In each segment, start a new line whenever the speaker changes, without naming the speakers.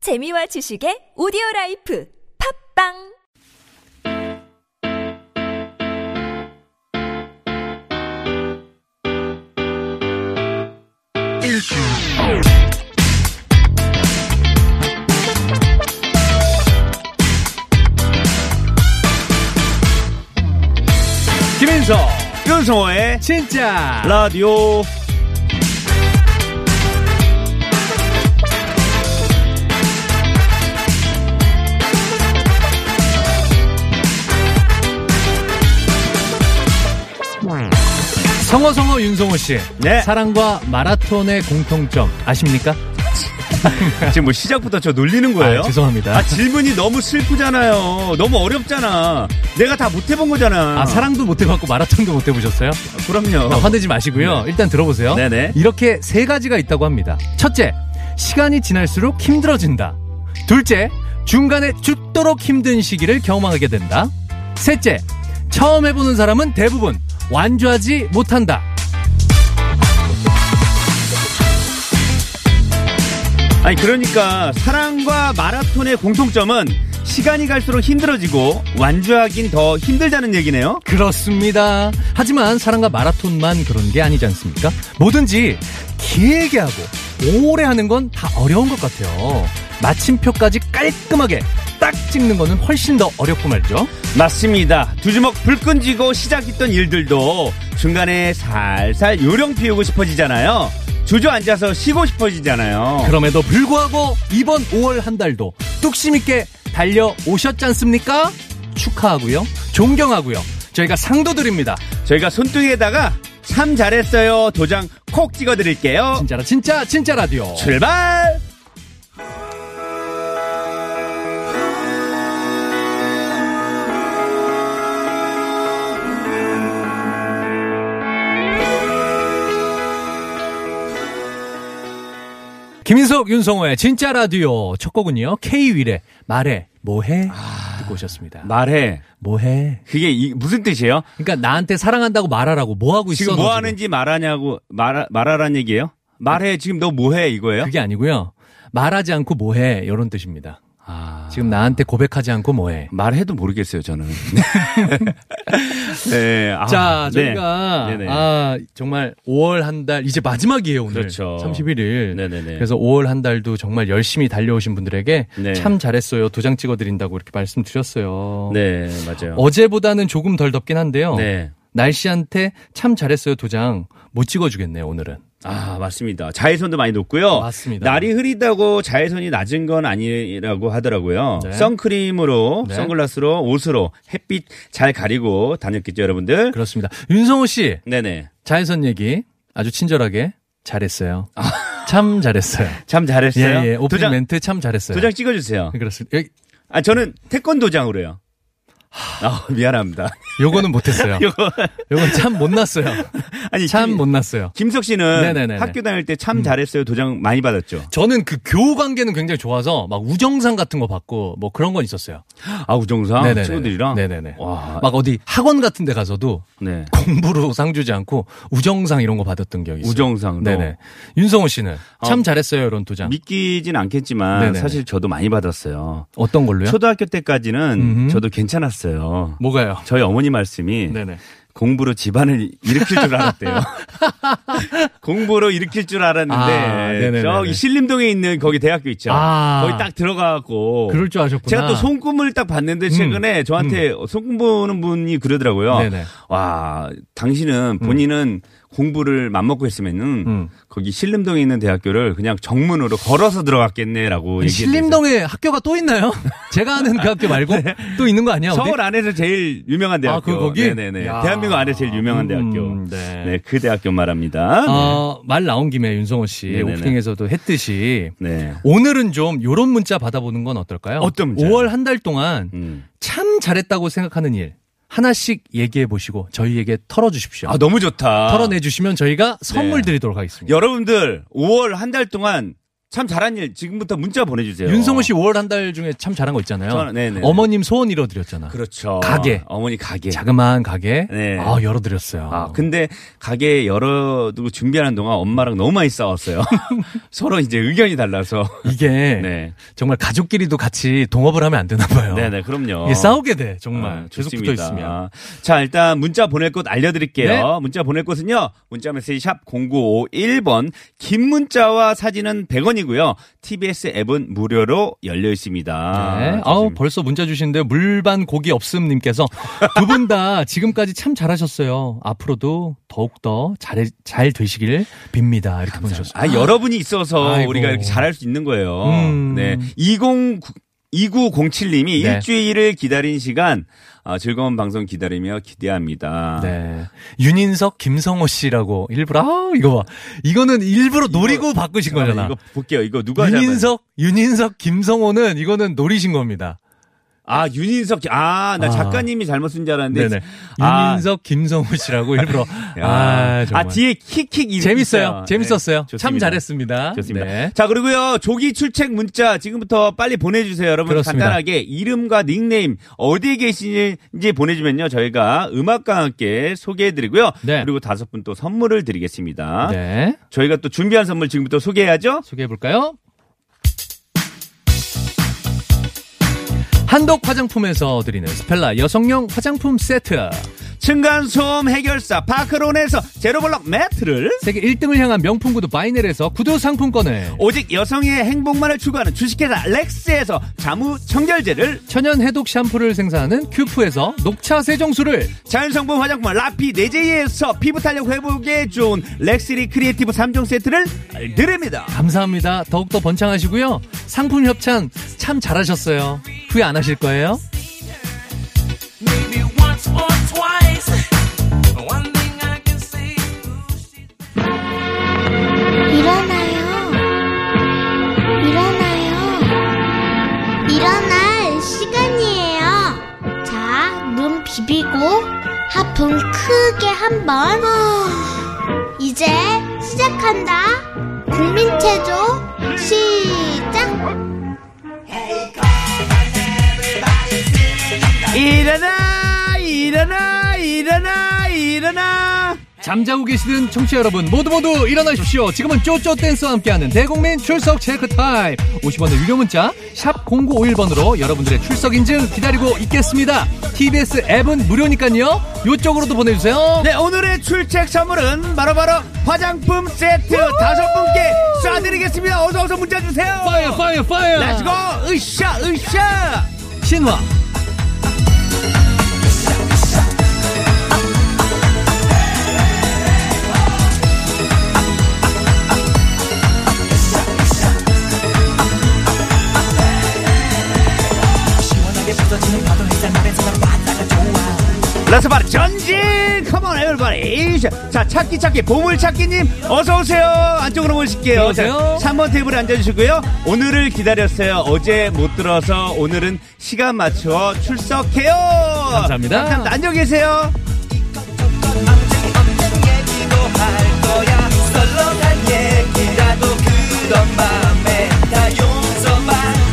재미와 지식의 오디오 라이프 팝빵
김인석
윤성호의
진짜
라디오
성호 성호 윤성호 씨
네.
사랑과 마라톤의 공통점 아십니까?
지금 뭐 시작부터 저 놀리는 거예요?
아, 죄송합니다.
아, 질문이 너무 슬프잖아요. 너무 어렵잖아. 내가 다 못 해본 거잖아.
아 사랑도 못 해봤고 마라톤도 못 해보셨어요?
그럼요.
아, 화내지 마시고요. 일단 들어보세요.
네. 네네.
이렇게 세 가지가 있다고 합니다. 첫째, 시간이 지날수록 힘들어진다. 둘째, 중간에 죽도록 힘든 시기를 경험하게 된다. 셋째, 처음 해보는 사람은 대부분 완주하지 못한다.
아니 그러니까 사랑과 마라톤의 공통점은 시간이 갈수록 힘들어지고 완주하긴 더 힘들다는 얘기네요.
그렇습니다. 하지만 사랑과 마라톤만 그런 게 아니지 않습니까? 뭐든지 길게 하고 오래 하는 건 다 어려운 것 같아요. 마침표까지 깔끔하게 딱 찍는 거는 훨씬 더 어렵고 말죠.
맞습니다. 두 주먹 불 끈지고 시작했던 일들도 중간에 살살 요령 피우고 싶어지잖아요. 주저앉아서 쉬고 싶어지잖아요.
그럼에도 불구하고 이번 5월 한 달도 뚝심 있게 달려 오셨지 않습니까? 축하하고요. 존경하고요. 저희가 상도 드립니다.
저희가 손등에다가 참 잘했어요 도장 콕 찍어드릴게요.
진짜라 진짜 진짜 라디오.
출발!
김인석 윤성호의 진짜 라디오 첫 곡은요. K 윌의 말해 뭐해 듣고 오셨습니다.
말해.
뭐해?
그게 이- 무슨 뜻이에요?
그러니까 나한테 사랑한다고 말하라고 뭐 하고 있어?
지금
너
뭐 하는지 말하냐고, 말, 말하란 얘기예요? 말해. 지금 너 뭐해? 이거예요?
그게 아니고요. 말하지 않고 뭐해 이런 뜻입니다.
아.
지금 나한테 고백하지 않고 뭐해?
말해도 모르겠어요, 저는. 네. 아,
자
네.
저희가
네네.
아 정말 5월 한 달 이제 마지막이에요 오늘
그렇죠.
31일
네네네.
그래서 5월 한 달도 정말 열심히 달려오신 분들에게
네.
참 잘했어요 도장 찍어드린다고 이렇게 말씀드렸어요.
네, 맞아요.
어제보다는 조금 덜 덥긴 한데요.
네.
날씨한테 참 잘했어요 도장 못 찍어주겠네요 오늘은.
아, 맞습니다. 자외선도 많이 높고요.
맞습니다.
날이 흐리다고 자외선이 낮은 건 아니라고 하더라고요.
네.
선크림으로,
네.
선글라스로, 옷으로 햇빛 잘 가리고 다녔겠죠, 여러분들?
그렇습니다. 윤성호 씨
네네.
자외선 얘기 아주 친절하게 잘했어요. 참 잘했어요.
참 잘했어요.
예, 예. 오프닝
도장,
멘트 네. 참 잘했어요.
도장 찍어주세요.
그렇습니다. 여기,
아, 저는 태권도장으로요. 아, 미안합니다.
요거는 못했어요.
요거.
요건 참 못났어요.
아니,
참
김-
못났어요.
김석 씨는
네네네네. 음.
학교 다닐 때 참 잘했어요. 도장 많이 받았죠.
저는 그 교우 관계는 굉장히 좋아서 막 우정상 같은 거 받고 뭐 그런 건 있었어요.
아, 우정상
네네네.
친구들이랑.
네네네.
와.
막 어디 학원 같은 데 가서도
네.
공부로 상 주지 않고 우정상 이런 거 받았던 기억이 있어요.
우정상으로.
네네. 윤성호 씨는 참
아,
잘했어요 이런 도장.
믿기진 않겠지만
네네네.
사실 저도 많이 받았어요.
어떤 걸로요?
초등학교 때까지는
음흠.
저도 괜찮았어요.
뭐가요?
저희 어머니 말씀이
네네.
공부로 집안을 일으킬 줄 알았대요. 공부로 일으킬 줄
아,
알았는데
네네네네.
저기 신림동에 있는 거기 대학교 있죠.
아.
거기 딱 들어가고
그럴 줄 아셨구나. 음,
제가 또 손금을 딱 봤는데 최근에 저한테 손금 보는 분이 그러더라고요.
네네.
와, 당신은 본인은 공부를 맘먹고 했으면은
음.
거기 신림동에 있는 대학교를 그냥 정문으로 걸어서 들어갔겠네라고
아니,
뭐 얘기했어요.
신림동에 학교가 또 있나요? 제가 아는 그 학교 말고 또 있는 거 아니야? 어디?
네. 서울 안에서 제일 유명한 대학교.
아, 그 거기?
네네네.
야.
대한민국 안에서 제일 유명한
음,
대학교.
네.
네. 그 대학교 말합니다.
어, 말 나온 김에 윤성호 씨
네네네.
오프닝에서도 했듯이
네.
오늘은 좀 요런 문자 받아보는 건 어떨까요?
어떤 문자요?
5월 한 달 동안
음.
참 잘했다고 생각하는 일 하나씩 얘기해 보시고 저희에게 털어 주십시오.
아, 너무 좋다.
털어내 주시면 저희가 선물
네.
드리도록 하겠습니다.
여러분들, 5월 한 달 동안 참 잘한 일 지금부터 문자 보내주세요.
윤성호 씨 5월 한 달 중에 참 잘한 거 있잖아요.
저는- 네네.
어머님 소원 이뤄드렸잖아.
그렇죠.
가게.
어머니 가게.
자그마한 가게.
네.
아, 열어드렸어요.
아, 근데 가게 열어두고 준비하는 동안 엄마랑 너무 많이 싸웠어요. 서로 이제 의견이 달라서.
이게
네.
정말 가족끼리도 같이 동업을 하면 안 되나 봐요.
네네, 그럼요.
어. 이게 싸우게 돼, 정말.
아,
계속
좋습니다.
붙어 있으면.
자, 일단 문자 보낼 곳 알려드릴게요.
네.
문자 보낼 곳은요. 문자 메시지 샵 0951번. 긴 문자와 사진은 100원이고요. TBS 앱은 무료로 열려 있습니다.
네. 아우, 벌써 문자 주시는데 물반 고기 없음님께서 두 분 다 지금까지 참 잘하셨어요. 앞으로도 더욱더 잘, 잘 되시길 빕니다. 이렇게 보내셨어요.
아, 여러분이 있어서
아이고.
우리가 이렇게 잘할 수 있는 거예요.
음.
네. 20 2907님이
네.
일주일을 기다린 시간 아, 즐거운 방송 기다리며 기대합니다.
네. 윤인석, 김성호 씨라고 일부러, 아, 이거 봐. 이거는 일부러 노리고 바꾸신
잠깐만,
거잖아.
이거 볼게요. 이거 누가 잡아요?
윤인석, 윤인석, 김성호는 이거는 노리신 겁니다.
아 윤인석 아, 나
아.
작가님이 잘못 쓴 줄 알았는데.
네네.
아.
윤인석, 김성호 씨라고 일부러.
야.
아, 정말.
아, 뒤에 킥킥 이름
재밌어요.
있어요.
재밌었어요.
네,
참
좋습니다.
잘했습니다.
좋습니다.
네.
자, 그리고요. 조기 출첵 문자 지금부터 빨리 보내 주세요, 여러분.
그렇습니다.
간단하게 이름과 닉네임 어디에 계시는지 보내 주면요. 저희가 음악과 함께 소개해 드리고요.
네.
그리고 다섯 분 또 선물을 드리겠습니다.
네.
저희가 또 준비한 선물 지금부터 소개해야죠.
소개해볼까요? 한독 화장품에서 드리는 스펠라 여성용 화장품 세트.
층간소음 해결사 파크론에서 제로블럭 매트를
세계 1등을 향한 명품 구두 바이넬에서 구두 상품권을.
오직 여성의 행복만을 추구하는 주식회사 렉스에서 자무 청결제를
천연 해독 샴푸를 생산하는 큐프에서 녹차 세정수를
자연성분 화장품 라피 네제이에서 피부 탄력 회복에 좋은 렉스리 크리에이티브 3종 세트를 드립니다.
감사합니다. 더욱더 번창하시고요. 상품 협찬 참 잘하셨어요. 후회 안 하실 거예요?
Maybe once or twice. One thing I can say. ooh, she-
일어나요. 일어나요. 일어날 시간이에요. 자, 눈 비비고 하품 크게 한번. 이제 시작한다. 국민체조 시작.
일어나, 일어나, 일어나, 일어나.
잠자고 계시는 청취자 여러분 모두 모두 일어나십시오. 지금은 쪼쪼 댄스와 함께하는 대국민 출석 체크 타임. 50원의 유료 문자 샵 0951번으로 여러분들의 출석 인증 기다리고 있겠습니다. TBS 앱은 무료니까요. 요쪽으로도 보내주세요.
네, 오늘의 출첵 선물은 바로바로 화장품 세트 다섯 분께 쏴드리겠습니다. 어서 어서 문자 주세요.
파이어 파이어 파이어.
렛츠고, 으쌰, 으쌰.
신화.
렛츠 바로 전진. 컴온, 에브리바디. 자, 찾기 찾기 보물찾기님 어서 오세요. 안쪽으로 모실게요.
들어오세요.
3번 테이블에 앉아주시고요. 오늘을 기다렸어요. 어제 못 들어서 오늘은 시간 맞춰 출석해요.
감사합니다.
감사합니다. 안녕히 계세요.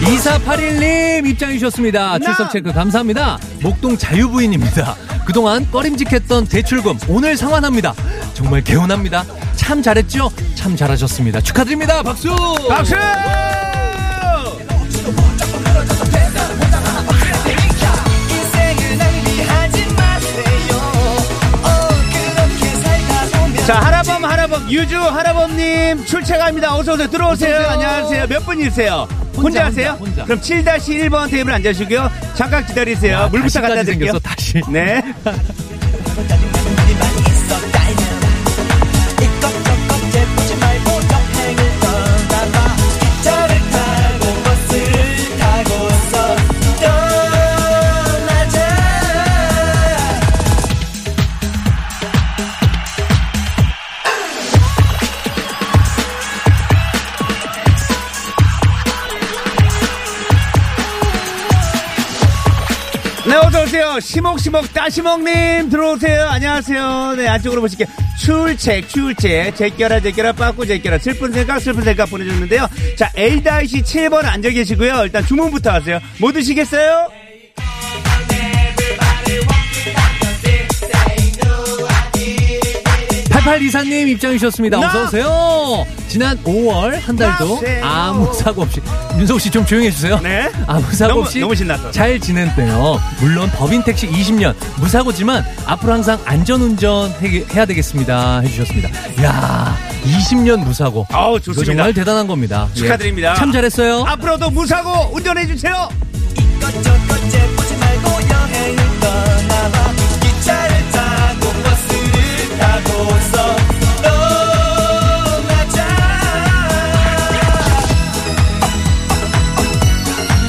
이
2481님 입장해주셨습니다. 출석 체크 감사합니다. 목동 자유부인입니다. 그동안 꺼림직했던 대출금 오늘 상환합니다. 정말 개운합니다. 참 잘했죠? 참 잘하셨습니다. 축하드립니다. 박수!
박수!
인생을 낭비하지 마세요. 어, 그렇게 살다 보면.
자, 하라범, 하라범, 유주, 하라범님 출첵합니다. 어서오세요. 들어오세요. 안녕하세요. 몇 분이세요? 혼자,
혼자,
하세요?
혼자, 혼자.
그럼 7-1번 테이블 앉아주시고요. 잠깐 기다리세요. 물부터
다시까지
갖다 드릴게요.
생겼어, 다시.
네.
우리만 있었다면 이것저것 재보지 말고 여행을 떠나봐 기차를 타고 버스를 타고서 떠나자
네, 어서오세요. 시목시목 따시목님 들어오세요. 안녕하세요. 네, 안쪽으로 보실게요. 출첵, 출첵, 제껴라, 제껴라, 빠꾸, 제껴라, 슬픈 생각, 슬픈 생각 보내줬는데요. 자, A-7번 앉아 계시고요. 일단 주문부터 하세요. 뭐 드시겠어요?
팔팔 이사님 입장이셨습니다. 어서 오세요. 지난 5월 한 달도
나오세요.
아무 사고 없이 윤석 씨 좀 조용해 주세요.
네.
아무 사고
너무-
없이
너무 신났어.
잘 지냈대요. 물론 법인 택시 20년 무사고지만 앞으로 항상 안전 운전 해- 해야 되겠습니다. 해주셨습니다. 야, 20년 무사고.
아우,
이거
어, 좋습니다.
정말 대단한 겁니다. 예.
축하드립니다. 아.
참 잘했어요.
앞으로도 무사고 운전해주세요.
이것저것 재보지 말고 여행을 떠나봐 기차를 타고 버스를 타고서 떠나자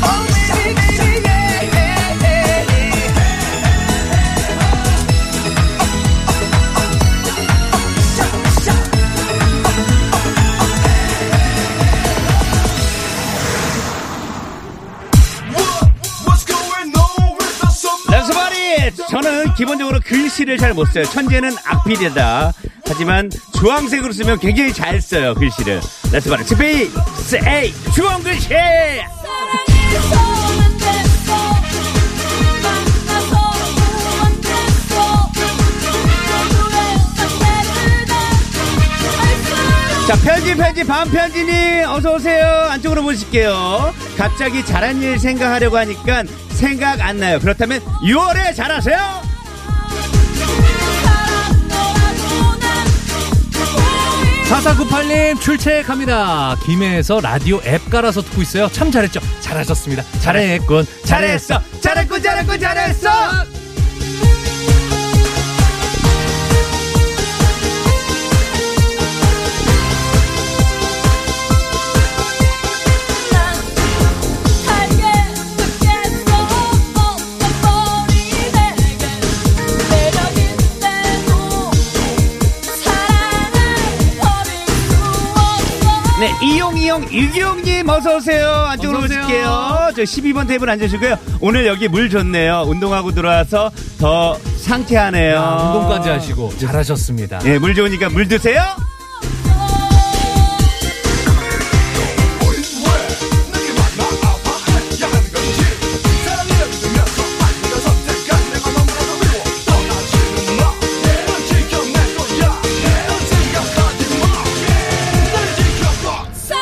Oh, baby, baby, yeah, yeah, yeah, yeah.
런스바리 네, 저는 기본적으로 글씨를 잘 못 써요. 천재는 악필이다. 하지만 주황색으로 쓰면 굉장히 잘 써요 글씨를. 네, 런스바리 스페이 세이 주황 글씨. 자 편지 편지 반편지님 어서 오세요. 안쪽으로 모실게요. 갑자기 잘한 일 생각하려고 하니까 생각 안 나요. 그렇다면 6월에 잘하세요.
사사구팔님 출첵합니다. 김해에서 라디오 앱 깔아서 듣고 있어요. 참 잘했죠. 잘하셨습니다. 잘했군. 잘했어.
잘했어. 잘했고 잘했고 잘했어. 네 이용 이용 유기용님 어서 오세요. 안쪽으로
어서 오세요.
모실게요. 저 12번 테이블 앉으시고요. 오늘 여기 물 좋네요. 운동하고 들어와서 더 상쾌하네요.
아, 운동까지 하시고 잘하셨습니다.
예, 물 좋으니까 물 드세요.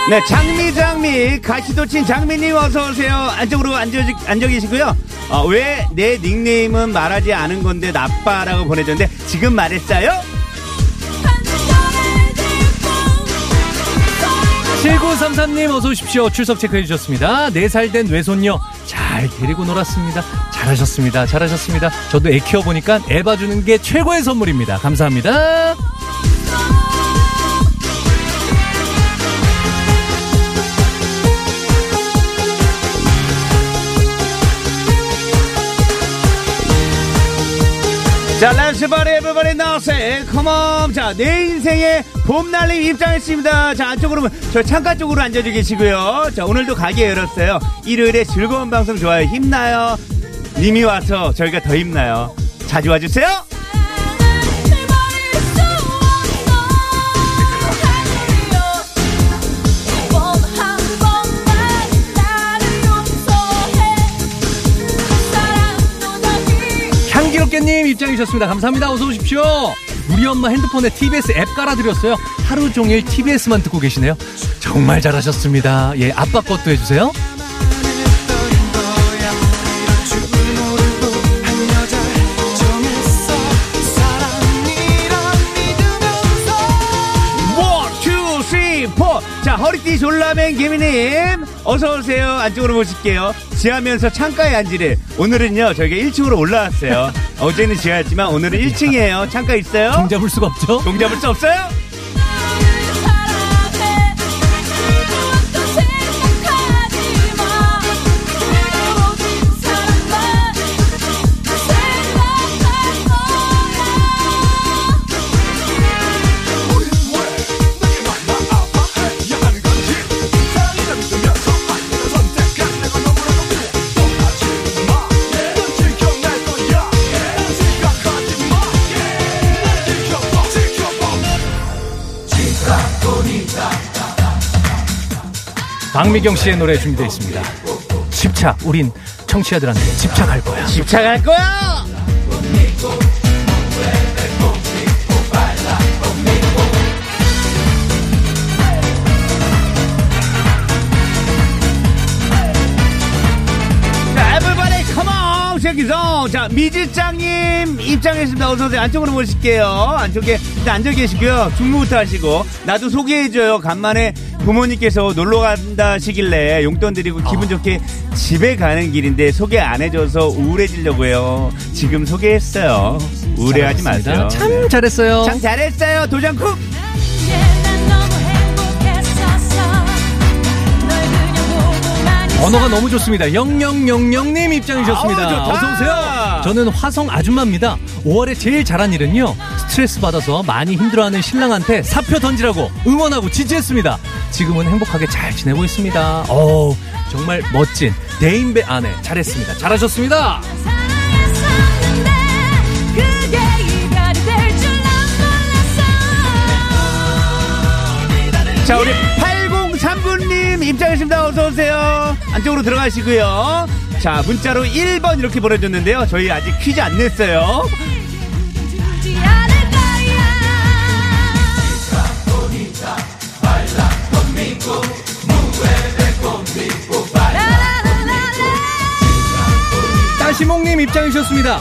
네, 장미 장미 가시도 친 장미님 어서 오세요. 안쪽으로 앉아 앉아 계시고요. 어, 왜 내 닉네임은 말하지 않은 건데 나빠라고 보내줬는데 지금 말했어요?
7933님 어서 오십시오. 출석 체크해 주셨습니다. 4살 된 외손녀 잘 데리고 놀았습니다. 잘하셨습니다. 잘하셨습니다. 저도 애 키워보니까 애 봐주는 게 최고의 선물입니다. 감사합니다.
자, 렛츠바리 에브바리 나오세 컴온. 자, 내 인생의 예, 봄날림 입장했습니다. 자, 안쪽으로, 뭐, 저 창가 쪽으로 앉아 계시고요. 자, 오늘도 가게 열었어요. 일요일에 즐거운 방송 좋아요. 힘나요. 님이 와서 저희가 더 힘나요. 자주 와주세요.
그
향기롭게님 입장이셨습니다. 감사합니다. 어서 오십시오. 우리 엄마 핸드폰에 TBS 앱 깔아드렸어요. 하루 종일 TBS만 듣고 계시네요. 정말 잘하셨습니다. 예, 아빠 것도 해주세요.
원, 투, 쓰리, 포. 자, 허리띠 졸라맨 개미님. 어서오세요. 안쪽으로 모실게요. 지하면서 창가에 앉으래. 오늘은요, 저희가 1층으로 올라왔어요. 어제는 지하였지만 오늘은 1층이에요. 창가 있어요?
종 잡을 수가 없죠.
동잡을 수 없어요?
지켜봐 지켜봐
박미경 씨의 노래 준비되어 있습니다. 집착. 우린 청취자들한테 집착할 거야.
집착할 거야! 자, everybody come on! 여기서 자 미지짱님 입장했습니다. 어서 오세요. 안쪽으로 모실게요. 안쪽에 일단 앉아 계시고요. 중무부터 하시고 나도 소개해줘요. 간만에 부모님께서 놀러 간다 하시길래 용돈 드리고 기분 좋게 집에 가는 길인데 소개 안 해줘서 우울해지려고 해요. 지금 소개했어요. 우울해하지
잘했습니다.
마세요.
참 잘했어요.
참 잘했어요. 도장쿡.
언어가 너무 좋습니다. 0000님 입장이셨습니다.
아우, 좋다.
어서오세요. 저는 화성 아줌마입니다. 5월에 제일 잘한 일은요. 스트레스 받아서 많이 힘들어하는 신랑한테 사표 던지라고 응원하고 지지했습니다. 지금은 행복하게 잘 지내고 있습니다. 어우, 정말 멋진 대인배 아내 잘했습니다. 잘하셨습니다.
자 우리 8039님 입장했습니다 어서오세요 안쪽으로 들어가시고요 자 문자로 1번 이렇게 보내줬는데요 저희 아직 퀴즈 안 냈어요
따시몽님 입장이셨습니다.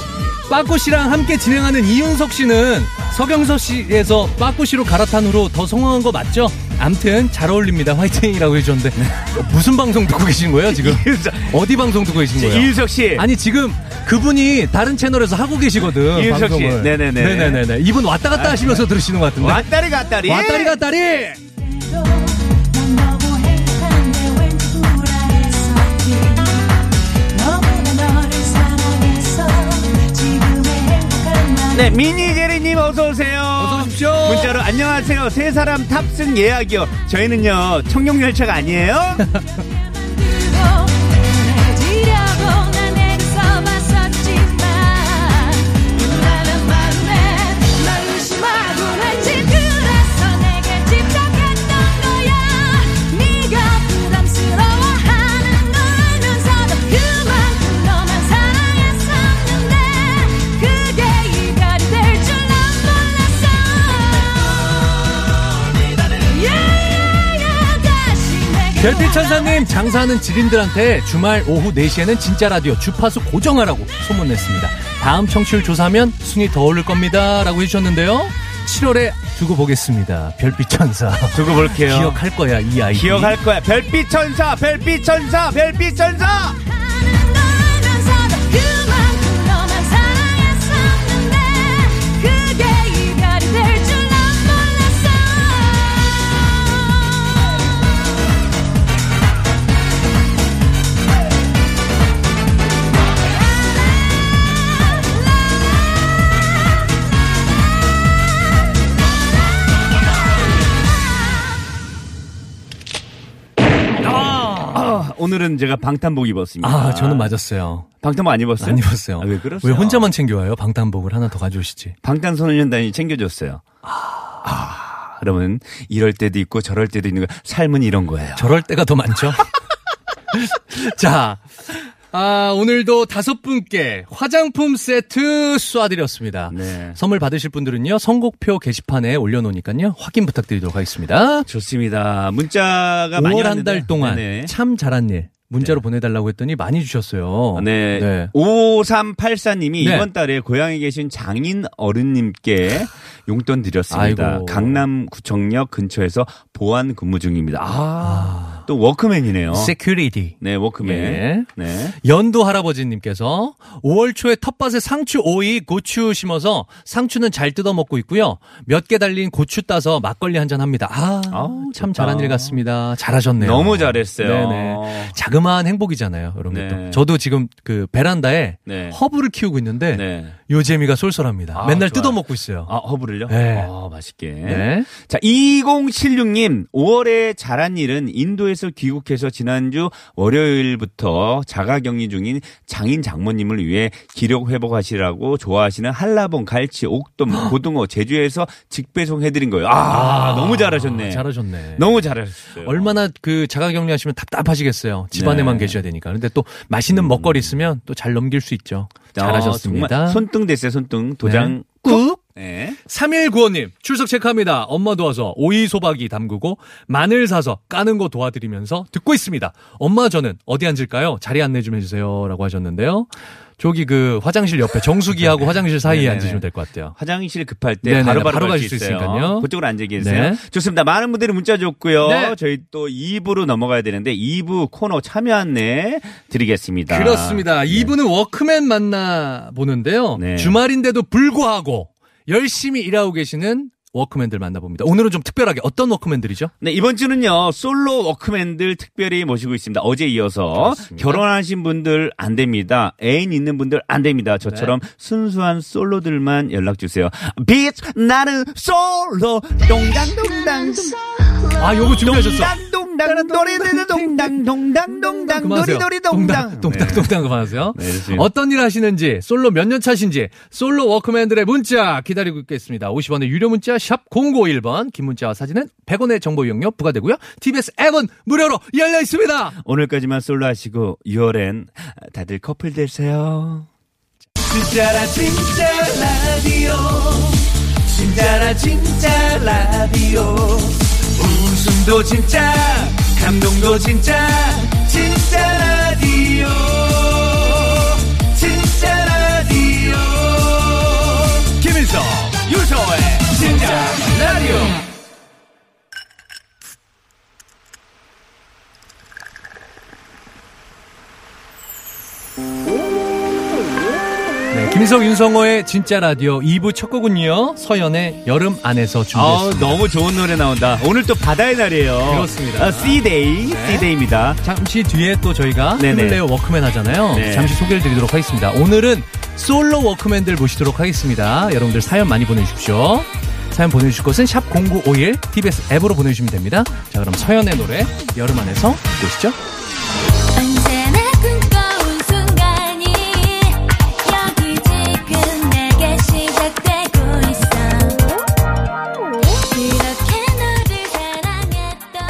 빠꾸씨랑 함께 진행하는 이윤석 씨는 서경석 씨에서 빠꾸씨로 갈아탄 후로 더 성공한 거 맞죠? 암튼 잘 어울립니다. 화이팅이라고 해주셨는데
네.
무슨 방송 듣고 계신 거예요 지금?
이윤석.
어디 방송 듣고 계신 거예요?
이윤석씨
아니 지금 그분이 다른 채널에서 하고 계시거든
이윤석 씨.
방송을.
네네네. 아, 네.
네네네네. 이분 왔다 갔다 하시면서 들으시는 것 같은데
왔다리 갔다리
왔다리 갔다리
네 미니제리님 어서오세요
어서 오십시오
문자로 안녕하세요 세 사람 탑승 예약이요 저희는요 청룡열차가 아니에요
별빛천사님 장사하는 지인들한테 주말 오후 4시에는 진짜 라디오 주파수 고정하라고 소문냈습니다. 다음 청취율 조사하면 순위 더 오를 겁니다. 라고 해주셨는데요. 7월에 두고 보겠습니다. 별빛천사.
두고 볼게요
기억할 거야, 이 아이.
기억할 거야 별빛천사 별빛천사 별빛천사 아, 오늘은 제가 방탄복 입었습니다
아, 저는 맞았어요.
방탄복 안 입었어요?
안 입었어요.
아, 왜 그러세요?
혼자만 챙겨와요? 방탄복을 하나 더 가져오시지.
방탄소년단이 챙겨줬어요. 아, 여러분 이럴 때도 있고 저럴 때도 있는 거 삶은 이런 거예요.
저럴 때가 더 많죠? 자, 아, 오늘도 다섯 분께 화장품 세트 쏴드렸습니다.
네.
선물 받으실 분들은요, 선곡표 게시판에 올려놓으니까요, 확인 부탁드리도록 하겠습니다.
좋습니다. 문자가 많이
5월 한
왔는데.
달 동안
네네.
참 잘한 일 문자로 보내달라고 했더니 많이 주셨어요.
네. 5384님이
네.
이번 달에 고향에 계신 장인 어른님께 용돈 드렸습니다.
아이고.
강남구청역 근처에서 보안 근무 중입니다. 아, 또 워크맨이네요.
세큐리티.
네, 워크맨.
예.
네.
연두 할아버지님께서 5월 초에 텃밭에 상추, 오이, 고추 심어서 상추는 잘 뜯어 먹고 있고요. 몇 개 달린 고추 따서 막걸리 한 잔 합니다. 아,
아우,
참
좋다.
잘한 일 같습니다. 잘하셨네요.
너무 잘했어요.
네네. 자그마한 행복이잖아요. 이런
네.
것도. 저도 지금 그 베란다에
네.
허브를 키우고 있는데
네.
요 재미가 쏠쏠합니다.
아, 좋아요.
맨날 뜯어 먹고 있어요.
아, 허브를요?
네.
아, 맛있게.
네.
자, 2076님, 5월에 잘한 일은 인도에서 해외에서 귀국해서 지난주 월요일부터 자가격리 중인 장인 장모님을 위해 기력 회복하시라고 좋아하시는 한라봉, 갈치, 옥돔, 고등어 제주에서 직배송해드린 거예요. 아, 너무 잘하셨네.
잘하셨네.
너무 잘하셨어요.
얼마나 그 자가격리하시면 답답하시겠어요.
네.
집안에만
음.
계셔야 되니까. 근데 또 맛있는 먹거리 있으면 또 잘 넘길 수 있죠.
아,
잘하셨습니다.
정말 손등 됐어요, 손등. 도장.
꾹.
네.
3195님, 출석 체크합니다. 엄마 도와서 오이 소박이 담그고 마늘 사서 까는 거 도와드리면서 듣고 있습니다. 엄마 저는 어디 앉을까요? 자리 안내 좀 해주세요. 라고 하셨는데요. 저기 그 화장실 옆에 정수기하고 화장실 사이에
네네네.
앉으시면 될 것 같아요.
화장실 급할 때
네네네,
바로바로
바로
갈
갈
수
수
있어요.
있으니까요.
그쪽으로 앉아 계세요.
네.
좋습니다. 많은 분들이 문자 줬고요.
네.
저희 또 2부로 넘어가야 되는데 2부 코너 참여 안내 드리겠습니다. 예.
그렇습니다. 이분은 워크맨 만나 보는데요.
네.
주말인데도 불구하고 열심히 일하고 계시는 워크맨들 만나봅니다. 오늘은 좀 특별하게 어떤 워크맨들이죠?
네, 이번 주는요, 솔로 워크맨들 특별히 모시고 있습니다. 어제 이어서
그렇습니다.
결혼하신 분들 안 됩니다. 애인 있는 분들 안 됩니다. 저처럼
네.
순수한 솔로들만 연락주세요. 빛, 나는 솔로, 동당동당.
아, 요거 준비하셨어.
동당동당, 노래들 동당, 동당동당,
그만하세요.
노리노리 동당.
동당,
네.
동당 그만하세요.
네, 그렇습니다.
어떤 일 하시는지, 솔로 몇 년 차신지, 솔로 워크맨들의 문자 기다리고 있겠습니다. 50원의 유료 문자, 샵 0951번, 긴 문자와 사진은 100원의 정보 이용료 부과되고요. TBS 앱은 무료로 열려 있습니다!
오늘까지만 솔로 하시고 6월엔 다들 커플 되세요. 진짜라 진짜 라디오 진짜라 진짜 라디오 웃음도 진짜 감동도 진짜 진짜 라디오 진짜 라디오 김일성 유서의 진짜 라디오
네, 김희석 윤성호의 진짜 라디오 2부 첫 곡은요. 서연의 여름 안에서
아,
준비했습니다.
너무 좋은 노래 나온다. 오늘 또 바다의 날이에요.
그렇습니다. 네.
아, C-Day, C-Day입니다.
잠시 뒤에 또 저희가
네네.
힘을 내요 워크맨 하잖아요. 그
네.
잠시 소개를 드리도록 하겠습니다. 오늘은 솔로 워크맨들 모시도록 하겠습니다. 여러분들 사연 많이 보내주십시오. 사연 보내주실 것은 샵 0951 TBS 앱으로 보내주시면 됩니다. 자 그럼 서연의 노래 여름 안에서 듣고 오시죠.
언제나 꿈꿔온 순간이 여기 지금 내게 시작되고 있어 그렇게 너를 사랑했던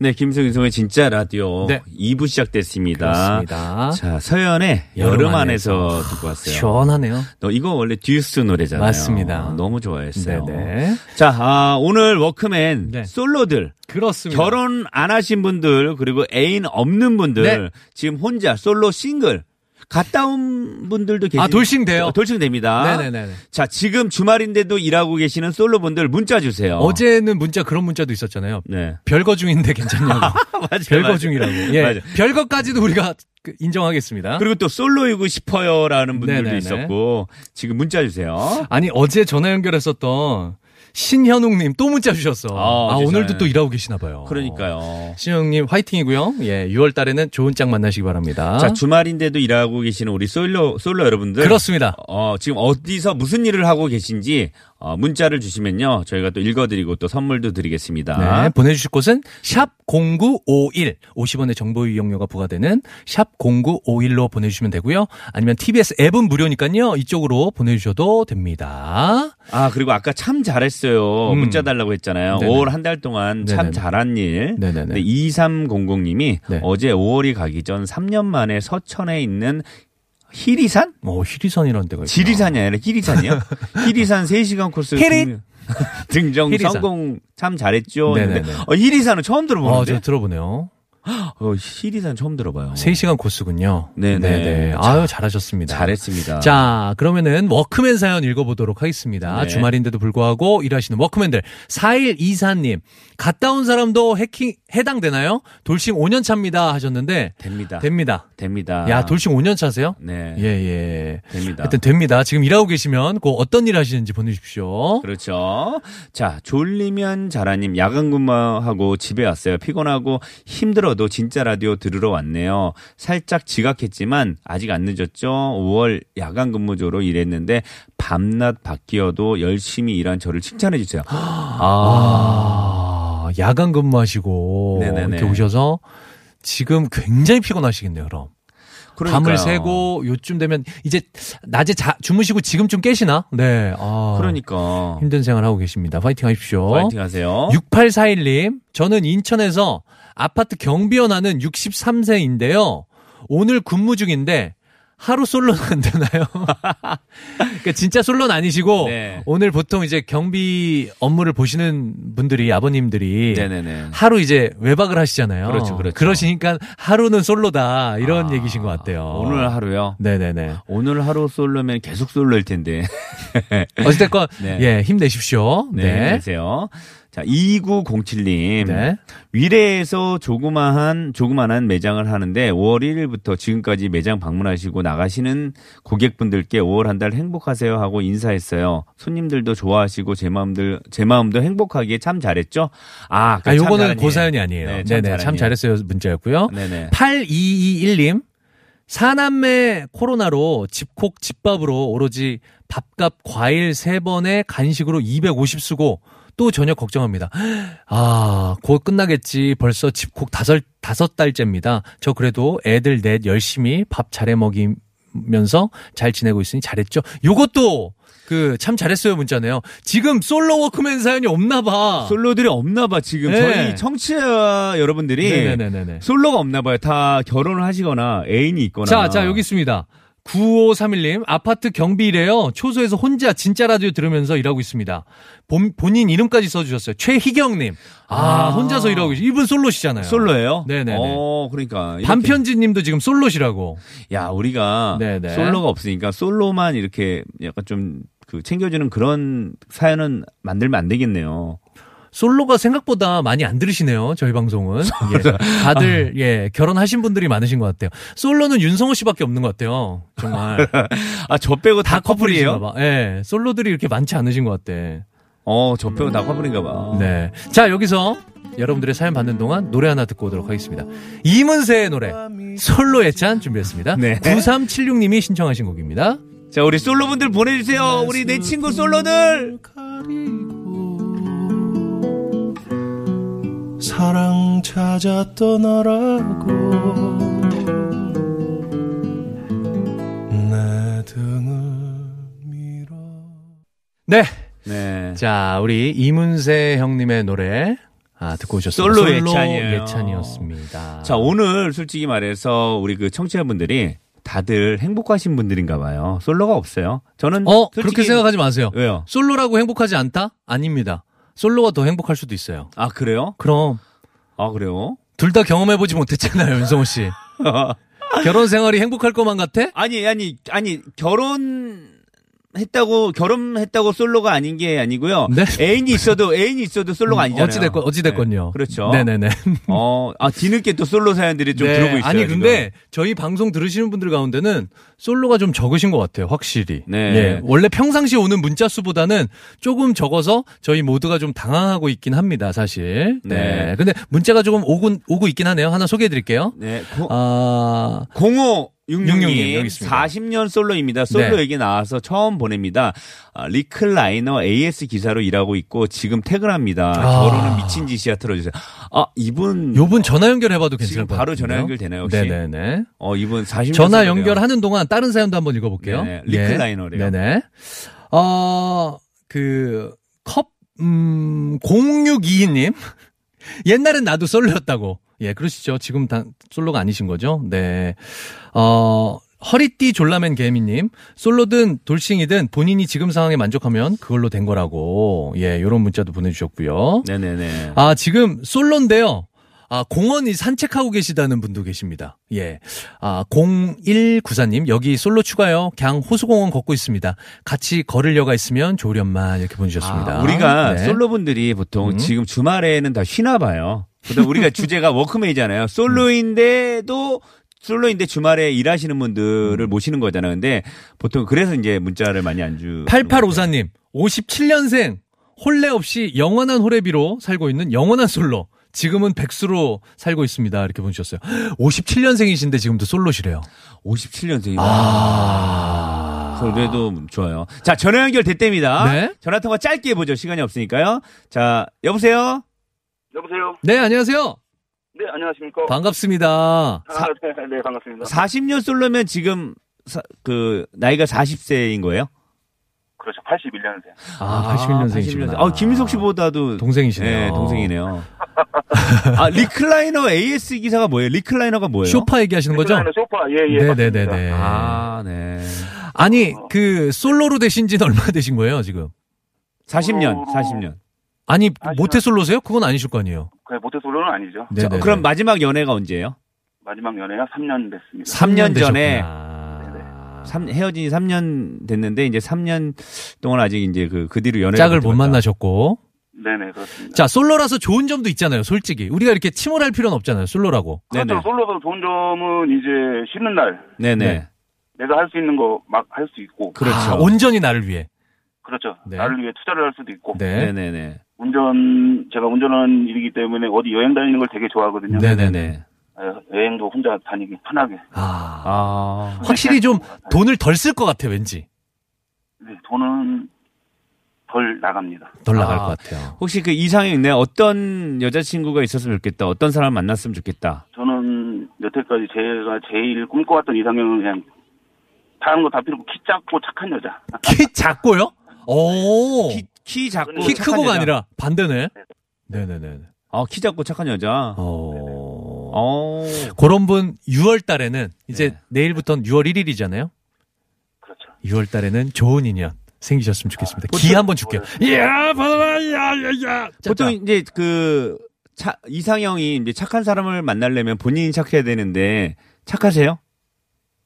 네, 김성윤성의 진짜 라디오
네.
2부 시작됐습니다.
그렇습니다.
자, 서연의
여름
여름 안에서 듣고 왔어요.
시원하네요.
너 이거 원래 듀스 노래잖아요.
맞습니다.
너무 좋아했어요.
네네.
자, 아, 오늘 워크맨
네.
솔로들
그렇습니다.
결혼 안 하신 분들 그리고 애인 없는 분들
네.
지금 혼자 솔로 싱글 갔다 온 분들도 계시
아, 돌싱돼요?
돌싱됩니다.
네네네.
자, 지금 주말인데도 일하고 계시는 솔로분들 문자 주세요.
어제는 문자 그런 문자도 있었잖아요.
네.
별거 중인데 괜찮냐고.
맞아요,
별거
맞아요.
중이라고. 예.
맞아요.
별거까지도 우리가 그- 인정하겠습니다.
그리고 또 솔로이고 싶어요라는 분들도
네네네.
있었고 지금 문자 주세요.
아니 어제 전화 연결했었던 신현웅님 또 문자 주셨어.
아,
아,
세상에.
오늘도 또 일하고 계시나 봐요.
그러니까요.
신현웅님 화이팅이고요. 예, 6월 달에는 좋은 짝 만나시기 바랍니다.
자 주말인데도 일하고 계시는 우리 솔로 솔로 여러분들
아. 그렇습니다.
어, 지금 어디서 무슨 일을 하고 계신지 어, 문자를 주시면요 저희가 또 읽어드리고 또 선물도 드리겠습니다.
네, 보내주실 곳은 샵 0951, 50원의 정보 이용료가 부과되는 샵 0951로 보내주시면 되고요. 아니면 TBS 앱은 무료니까요. 이쪽으로 보내주셔도 됩니다.
아 그리고 아까 참 잘했어요
음.
문자 달라고 했잖아요.
네네.
5월 한 달 동안 참
네네네.
잘한 일.
네네네.
근데 2300님이
네.
어제 5월이 가기 전 3년 만에 서천에 있는 희리산
어, 히리선이라는 데가 있구나.
지리산이 아니라 히리산이요? 히리산 3시간 코스
히리!
등- 등정
히리산.
성공 참 잘했죠.
네네네.
했는데 어, 히리산은 처음
어,
들어보는데.
저 들어보네요.
어, 히리산 처음 들어봐요.
3시간 코스군요.
네네.
아유, 잘하셨습니다.
잘했습니다.
자, 그러면은 워크맨 사연 읽어보도록 하겠습니다.
네.
주말인데도 불구하고 일하시는 워크맨들. 4124님, 갔다 온 사람도 해킹, 해당되나요? 돌싱 5년 차입니다 하셨는데,
됩니다.
됩니다.
됩니다.
야, 돌싱 5년 차세요?
네.
예, 예.
됩니다.
하여튼 됩니다. 지금 일하고 계시면, 그 어떤 일 하시는지 보내주십시오.
그렇죠. 자, 졸리면 자라님 야간 근무하고 집에 왔어요. 피곤하고 힘들어도 진짜 라디오 들으러 왔네요. 살짝 지각했지만 아직 안 늦었죠. 5월 야간 근무조로 일했는데 밤낮 바뀌어도 열심히 일한 저를 칭찬해 주세요.
아, 아, 야간 근무하시고
네네네.
이렇게 오셔서 지금 굉장히 피곤하시겠네요, 그럼.
그러니까요.
밤을 새고 요쯤 되면 이제 낮에 자, 주무시고 지금쯤 깨시나? 네. 아,
그러니까.
힘든 생활 하고 계십니다. 파이팅 하십시오.
파이팅 하세요.
6841님, 저는 인천에서 아파트 경비원 하는 63세인데요. 오늘 근무 중인데 하루 솔로는 안 되나요? 그러니까 진짜 솔로는 아니시고
네.
오늘 보통 이제 경비 업무를 보시는 분들이 아버님들이
네네네.
하루 이제 외박을 하시잖아요.
그렇죠, 그렇죠.
그러시니까 하루는 솔로다 이런
아,
얘기신 것 같아요.
오늘 하루요?
네네네.
오늘 하루 솔로면 계속 솔로일 텐데.
어쨌건
네.
예 힘내십시오.
네.
네.
안녕하세요. 자, 2907님.
네.
위례에서 조그마한, 조그만한 매장을 하는데 5월 1일부터 지금까지 매장 방문하시고 나가시는 고객분들께 5월 한 달 행복하세요 하고 인사했어요. 손님들도 좋아하시고 제 마음들, 제 마음도 행복하기에 참 잘했죠? 아,
아
그참
요거는
잘한
고사연이
일.
아니에요.
네,
네,
참
네네
잘한
참
일.
잘했어요 문자였고요.
네네.
8221님 사남매 코로나로 집콕 집밥으로 오로지 밥값 과일 세번에 간식으로 250 쓰고 또 저녁 걱정합니다. 아, 곧 끝나겠지. 벌써 집콕 다섯, 다섯 달째입니다. 저 그래도 애들 넷 열심히 밥 잘해 먹이면서 잘 지내고 있으니 잘했죠. 요것도 그 참 잘했어요 문자네요. 지금 솔로 워크맨 사연이 없나 봐.
솔로들이 없나 봐, 지금.
네.
저희 청취자 여러분들이.
네네네네.
솔로가 없나 봐요. 다 결혼을 하시거나 애인이 있거나.
자, 자, 여기 있습니다. 9531님, 아파트 경비일에요. 초소에서 혼자 진짜 라디오 들으면서 일하고 있습니다. 본, 본인 이름까지 써주셨어요. 최희경님. 아,
아.
혼자서 일하고 계시 이분 솔로시잖아요.
그러니까. 솔로예요?
네네네.
어, 그러니까. 이렇게.
반편지님도 지금 솔로시라고.
야, 우리가
네네.
솔로가 없으니까 솔로만 이렇게 약간 좀 그 챙겨주는 그런 사연은 만들면 안 되겠네요.
솔로가 생각보다 많이 안 들으시네요, 저희 방송은. 예. 다들, 예, 결혼하신 분들이 많으신 것 같아요. 솔로는 윤성호 씨밖에 없는 것 같아요. 정말.
아, 저 빼고 다,
커플이신가
커플이에요?
봐. 예, 솔로들이 이렇게 많지 않으신 것 같아.
어, 저 빼고 다 커플인가 봐.
네. 자, 여기서 여러분들의 사연 받는 동안 노래 하나 듣고 오도록 하겠습니다. 이문세의 노래, 솔로의 찬 준비했습니다.
네.
9376님이 신청하신 곡입니다.
자, 우리 솔로분들 보내주세요. 우리 내 친구 솔로들.
사랑 찾아 떠나라고 내 등을 밀어
네.
네.
자, 우리 이문세 형님의 노래, 아, 듣고 오셨습니다.
솔로 예찬이에요.
었습니다
자, 오늘 솔직히 말해서 우리 그 청취자분들이 다들 행복하신 분들인가 봐요. 솔로가 없어요. 저는
어,
솔직히-
그렇게 생각하지 마세요.
왜요?
솔로라고 행복하지 않다? 아닙니다. 솔로가 더 행복할 수도 있어요.
아, 그래요?
그럼,
아, 그래요?
둘 다 경험해보지 못했잖아요, 윤성호 씨. 결혼 생활이 행복할 것만 같아?
아니, 아니, 아니, 결혼, 했다고 결혼했다고 솔로가 아닌 게 아니고요.
네.
애인이 있어도 애인이 있어도 솔로가 아니잖아요.
음, 어찌됐건, 어찌됐건요.
네, 그렇죠.
네네네.
어, 아 뒤늦게 또 솔로 사연들이 좀
네,
들어오고 있어요.
아니 근데 저희 방송 들으시는 분들 가운데는 솔로가 좀 적으신 것 같아요, 확실히.
네.
예, 원래 평상시 오는 문자 수보다는 조금 적어서 저희 모두가 좀 당황하고 있긴 합니다, 사실.
네.
근데 문자가 조금 오고 오고 있긴 하네요. 하나 소개해드릴게요.
지금. 네. 고,
아,
0566님
여기 있습니다. 네.
40년 솔로입니다. 솔로 얘기 나와서 처음 보냅니다. 아, 리클라이너 AS 기사로 일하고 있고 지금 퇴근합니다.
아.
결혼은 미친 짓이야 틀어주세요. 아 이분
요분 전화 연결해봐도 괜찮을 것
지금
같아요.
바로 전화 연결되나요, 혹시?
네네네.
어 이분 40년
전화
솔로네요.
연결하는 동안 다른 사연도 한번 읽어볼게요.
네네, 리클라이너래요.
네. 네네. 어, 그, 컵, 음, 0622님. 옛날엔 나도 솔로였다고. 예, 그러시죠. 지금 다 솔로가 아니신 거죠. 네. 어, 허리띠 졸라맨 개미님. 솔로든 돌싱이든 본인이 지금 상황에 만족하면 그걸로 된 거라고. 예, 요런 문자도 보내주셨고요.
네네네.
아, 지금 솔로인데요. 아, 공원이 산책하고 계시다는 분도 계십니다. 예. 아, 0194님, 여기 솔로 추가요. 그냥 호수공원 걷고 있습니다. 같이 걸으려가 있으면 좋으련만 이렇게 보내주셨습니다.
아, 우리가
네.
솔로분들이 보통
음.
지금 주말에는 다 쉬나 봐요. 근데 우리가 주제가 워크맨이잖아요. 솔로인데도 솔로인데 주말에 일하시는 분들을
음.
모시는 거잖아요. 근데 보통 그래서 이제 문자를 많이 안 주.
8854님, 57년생, 혼례 없이 영원한 호래비로 살고 있는 영원한 솔로. 지금은 백수로 살고 있습니다. 이렇게 보내주셨어요. 57년생이신데 지금도 솔로시래요.
57년생이다.
아.
그래도 좋아요. 자, 전화 연결 됐답니다.
네.
전화 통화 짧게 해보죠. 시간이 없으니까요. 자, 여보세요?
여보세요?
네, 안녕하세요.
네, 안녕하십니까?
반갑습니다.
아, 네, 네, 반갑습니다.
40년 솔로면 지금 사- 그 나이가 40세인 거예요?
그렇죠. 81년생.
아, 81년생이시구나.
아, 김민석 씨보다도
동생이시네요.
네, 동생이네요. 아, 리클라이너 AS 기사가 뭐예요? 리클라이너가 뭐예요?
쇼파 얘기하시는 거죠?
소파, 예, 예. 맞습니다.
네네네네.
아, 네.
아니, 그, 솔로로 되신 지는 얼마나 되신 거예요, 지금?
40년,
어.
40년.
아니, 모태 솔로세요? 그건 아니실 거 아니에요?
그게 모태솔로는 아니죠.
자,
네네네.
그럼 마지막 연애가 언제예요?
마지막 연애가 3년 됐습니다.
삼 년 전에
되셨구나.
삼- 헤어진 지 3년 됐는데 이제 3년 동안 아직 이제 그, 그 뒤로 연애를
짝을 못
해봤다.
만나셨고.
네네, 그렇습니다.
자, 솔로라서 좋은 점도 있잖아요, 솔직히. 우리가 이렇게 침울할 필요는 없잖아요, 솔로라고.
그렇죠.
네네.
솔로도 좋은 점은 이제 쉬는 날
네네.
네.
내가 할 수 있는 거 막 할 수 있고.
그렇죠.
아, 온전히 나를 위해.
그렇죠.
네.
나를 위해 투자를 할 수도 있고.
네.
네네네.
운전, 제가 운전하는 일이기 때문에 어디 여행 다니는 걸 되게 좋아하거든요.
네네네.
예, 여행도 혼자 다니기 편하게.
아,
아.
확실히 좀 돈을 덜 쓸 것 같아, 왠지.
네, 돈은 덜 나갑니다.
덜 나갈
아.
것 같아요.
혹시 그 이상형이 있나요? 어떤 여자친구가 있었으면 좋겠다. 어떤 사람 만났으면 좋겠다.
저는 여태까지 제가 제일 꿈꿔왔던 이상형은 그냥 다른 거 다 필요 없고 키 작고 착한 여자.
키 작고요? 오.
키, 키 작고
어. 키
어, 착한
크고가
여자.
아니라 반대네. 네네네.
아, 키 작고 착한 여자.
어.
어.
그런 분 6월 달에는 이제
네.
내일부터는 6월 1일이잖아요.
그렇죠.
6월 달에는 좋은 인연 생기셨으면 좋겠습니다.
아,
기 한번 줄게요.
뭐, 네.
이야, 받아라, 이야, 이야, 이야. 자,
보통
자.
이제 그 차, 이상형이 이제 착한 사람을 만나려면 본인이 착해야 되는데 착하세요?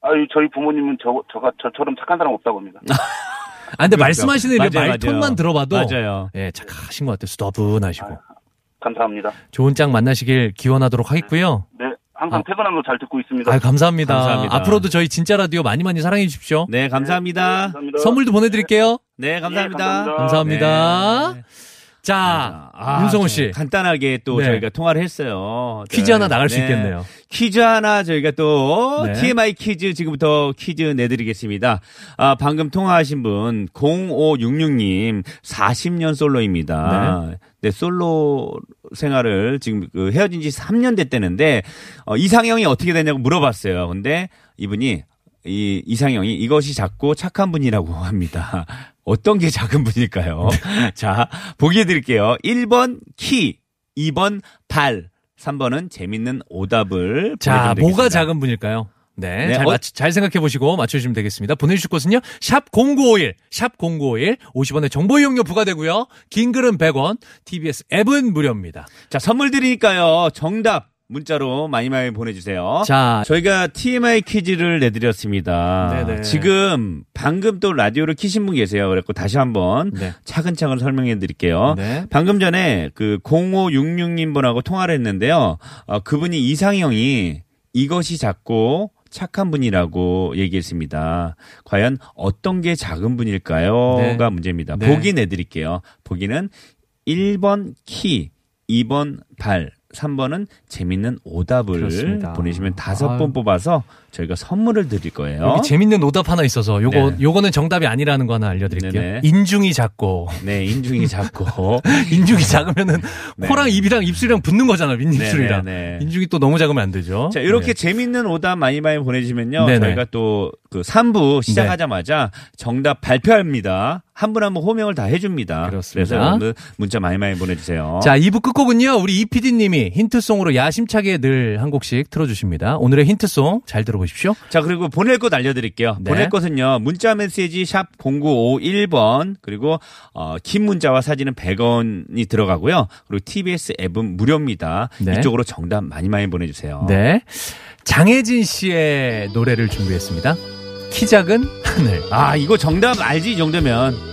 아유 저희 부모님은 저 저가 저처럼 착한 사람 없다고 합니다.
아, 근데 말씀하시는 이런
그렇죠. 맞아요,
말톤만
맞아요.
들어봐도
맞아요.
예, 착하신 것 같아요. 수다분하시고.
감사합니다.
좋은 짝 만나시길 기원하도록 하겠고요.
네 항상
아.
퇴근한 거 잘 듣고 있습니다.
아, 감사합니다.
네. 감사합니다.
앞으로도 저희 진짜 라디오 많이 많이 사랑해 주십시오.
네, 감사합니다.
감사합니다.
선물도 보내 드릴게요.
네,
예,
감사합니다.
감사합니다.
감사합니다.
네. 아,
자, 아, 윤성호
저
씨.
네, 간단하게 또
네.
저희가 통화를 했어요.
퀴즈
네.
하나 나갈 수
네.
있겠네요.
퀴즈 하나 저희가 또
네.
TMI 퀴즈 지금부터 퀴즈 내드리겠습니다. 아, 방금 통화하신 분 0566님 40년 솔로입니다. 네. 솔로 생활을 지금 그 헤어진 지 3년 됐다는데 어, 이상형이 어떻게 되냐고 물어봤어요. 근데 이분이 이 이상형이 이것이 작고 착한 분이라고 합니다. 어떤 게 작은 분일까요? 자, 보기해 드릴게요. 1번 키, 2번 발, 3번은 재밌는 오답을
자,
보내드리겠습니다.
뭐가 작은 분일까요? 네,
네,
잘,
어-
맞추- 잘 생각해 보시고 맞춰주시면 되겠습니다. 보내주실 곳은요, 샵0951, 샵0951, 50원의 정보 이용료 부과되고요, 긴 글은 100원, TBS 앱은 무료입니다.
자, 선물 드리니까요. 정답 문자로 많이 많이 보내주세요.
자,
저희가 TMI 퀴즈를 내드렸습니다.
네네.
지금 방금 또 라디오를 키신 분 계세요. 그래갖고 다시 한번
네.
차근차근 설명해 드릴게요.
네.
방금 전에 그 0566님 분하고 통화를 했는데요. 어, 그분이 이상형이 이것이 작고 착한 분이라고 얘기했습니다. 과연 어떤 게 작은 분일까요?가
네.
문제입니다.
네.
보기 내드릴게요. 보기는 1번 키, 2번 발, 3번은 재밌는 오답을
그렇습니다.
보내시면 다섯
아유.
번 뽑아서 저희가 선물을 드릴 거예요.
여기 재밌는 오답 하나 있어서 요거,
네.
요거는 정답이 아니라는 거 하나 알려드릴게요.
네네.
인중이 작고,
네, 인중이 작고.
어? 인중이 작으면은
네.
코랑 입이랑 입술이랑 붙는 거잖아요, 윗입술이랑.
네네네.
인중이 또 너무 작으면 안 되죠.
자, 이렇게
네.
재밌는 오답 많이 많이 보내주시면요.
네네.
저희가 또 그 3부 시작하자마자 정답 발표합니다. 한 분 한 분 호명을 다 해줍니다.
그렇습니다.
래서 여러분들 문자 많이 많이 보내주세요.
자, 2부 끝곡은요, 우리 이피디님이 힌트송으로 야심차게 늘 한 곡씩 틀어주십니다. 오늘의 힌트송 잘 들어보십시오.
자, 그리고 보낼 곳 알려드릴게요.
네.
보낼 곳은요, 문자 메시지 샵 0951번, 그리고, 어, 긴 문자와 사진은 100원이 들어가고요. 그리고 TBS 앱은 무료입니다.
네.
이쪽으로 정답 많이 많이 보내주세요.
네. 장혜진 씨의 노래를 준비했습니다. 키 작은 하늘.
아, 이거 정답 알지, 이 정도면.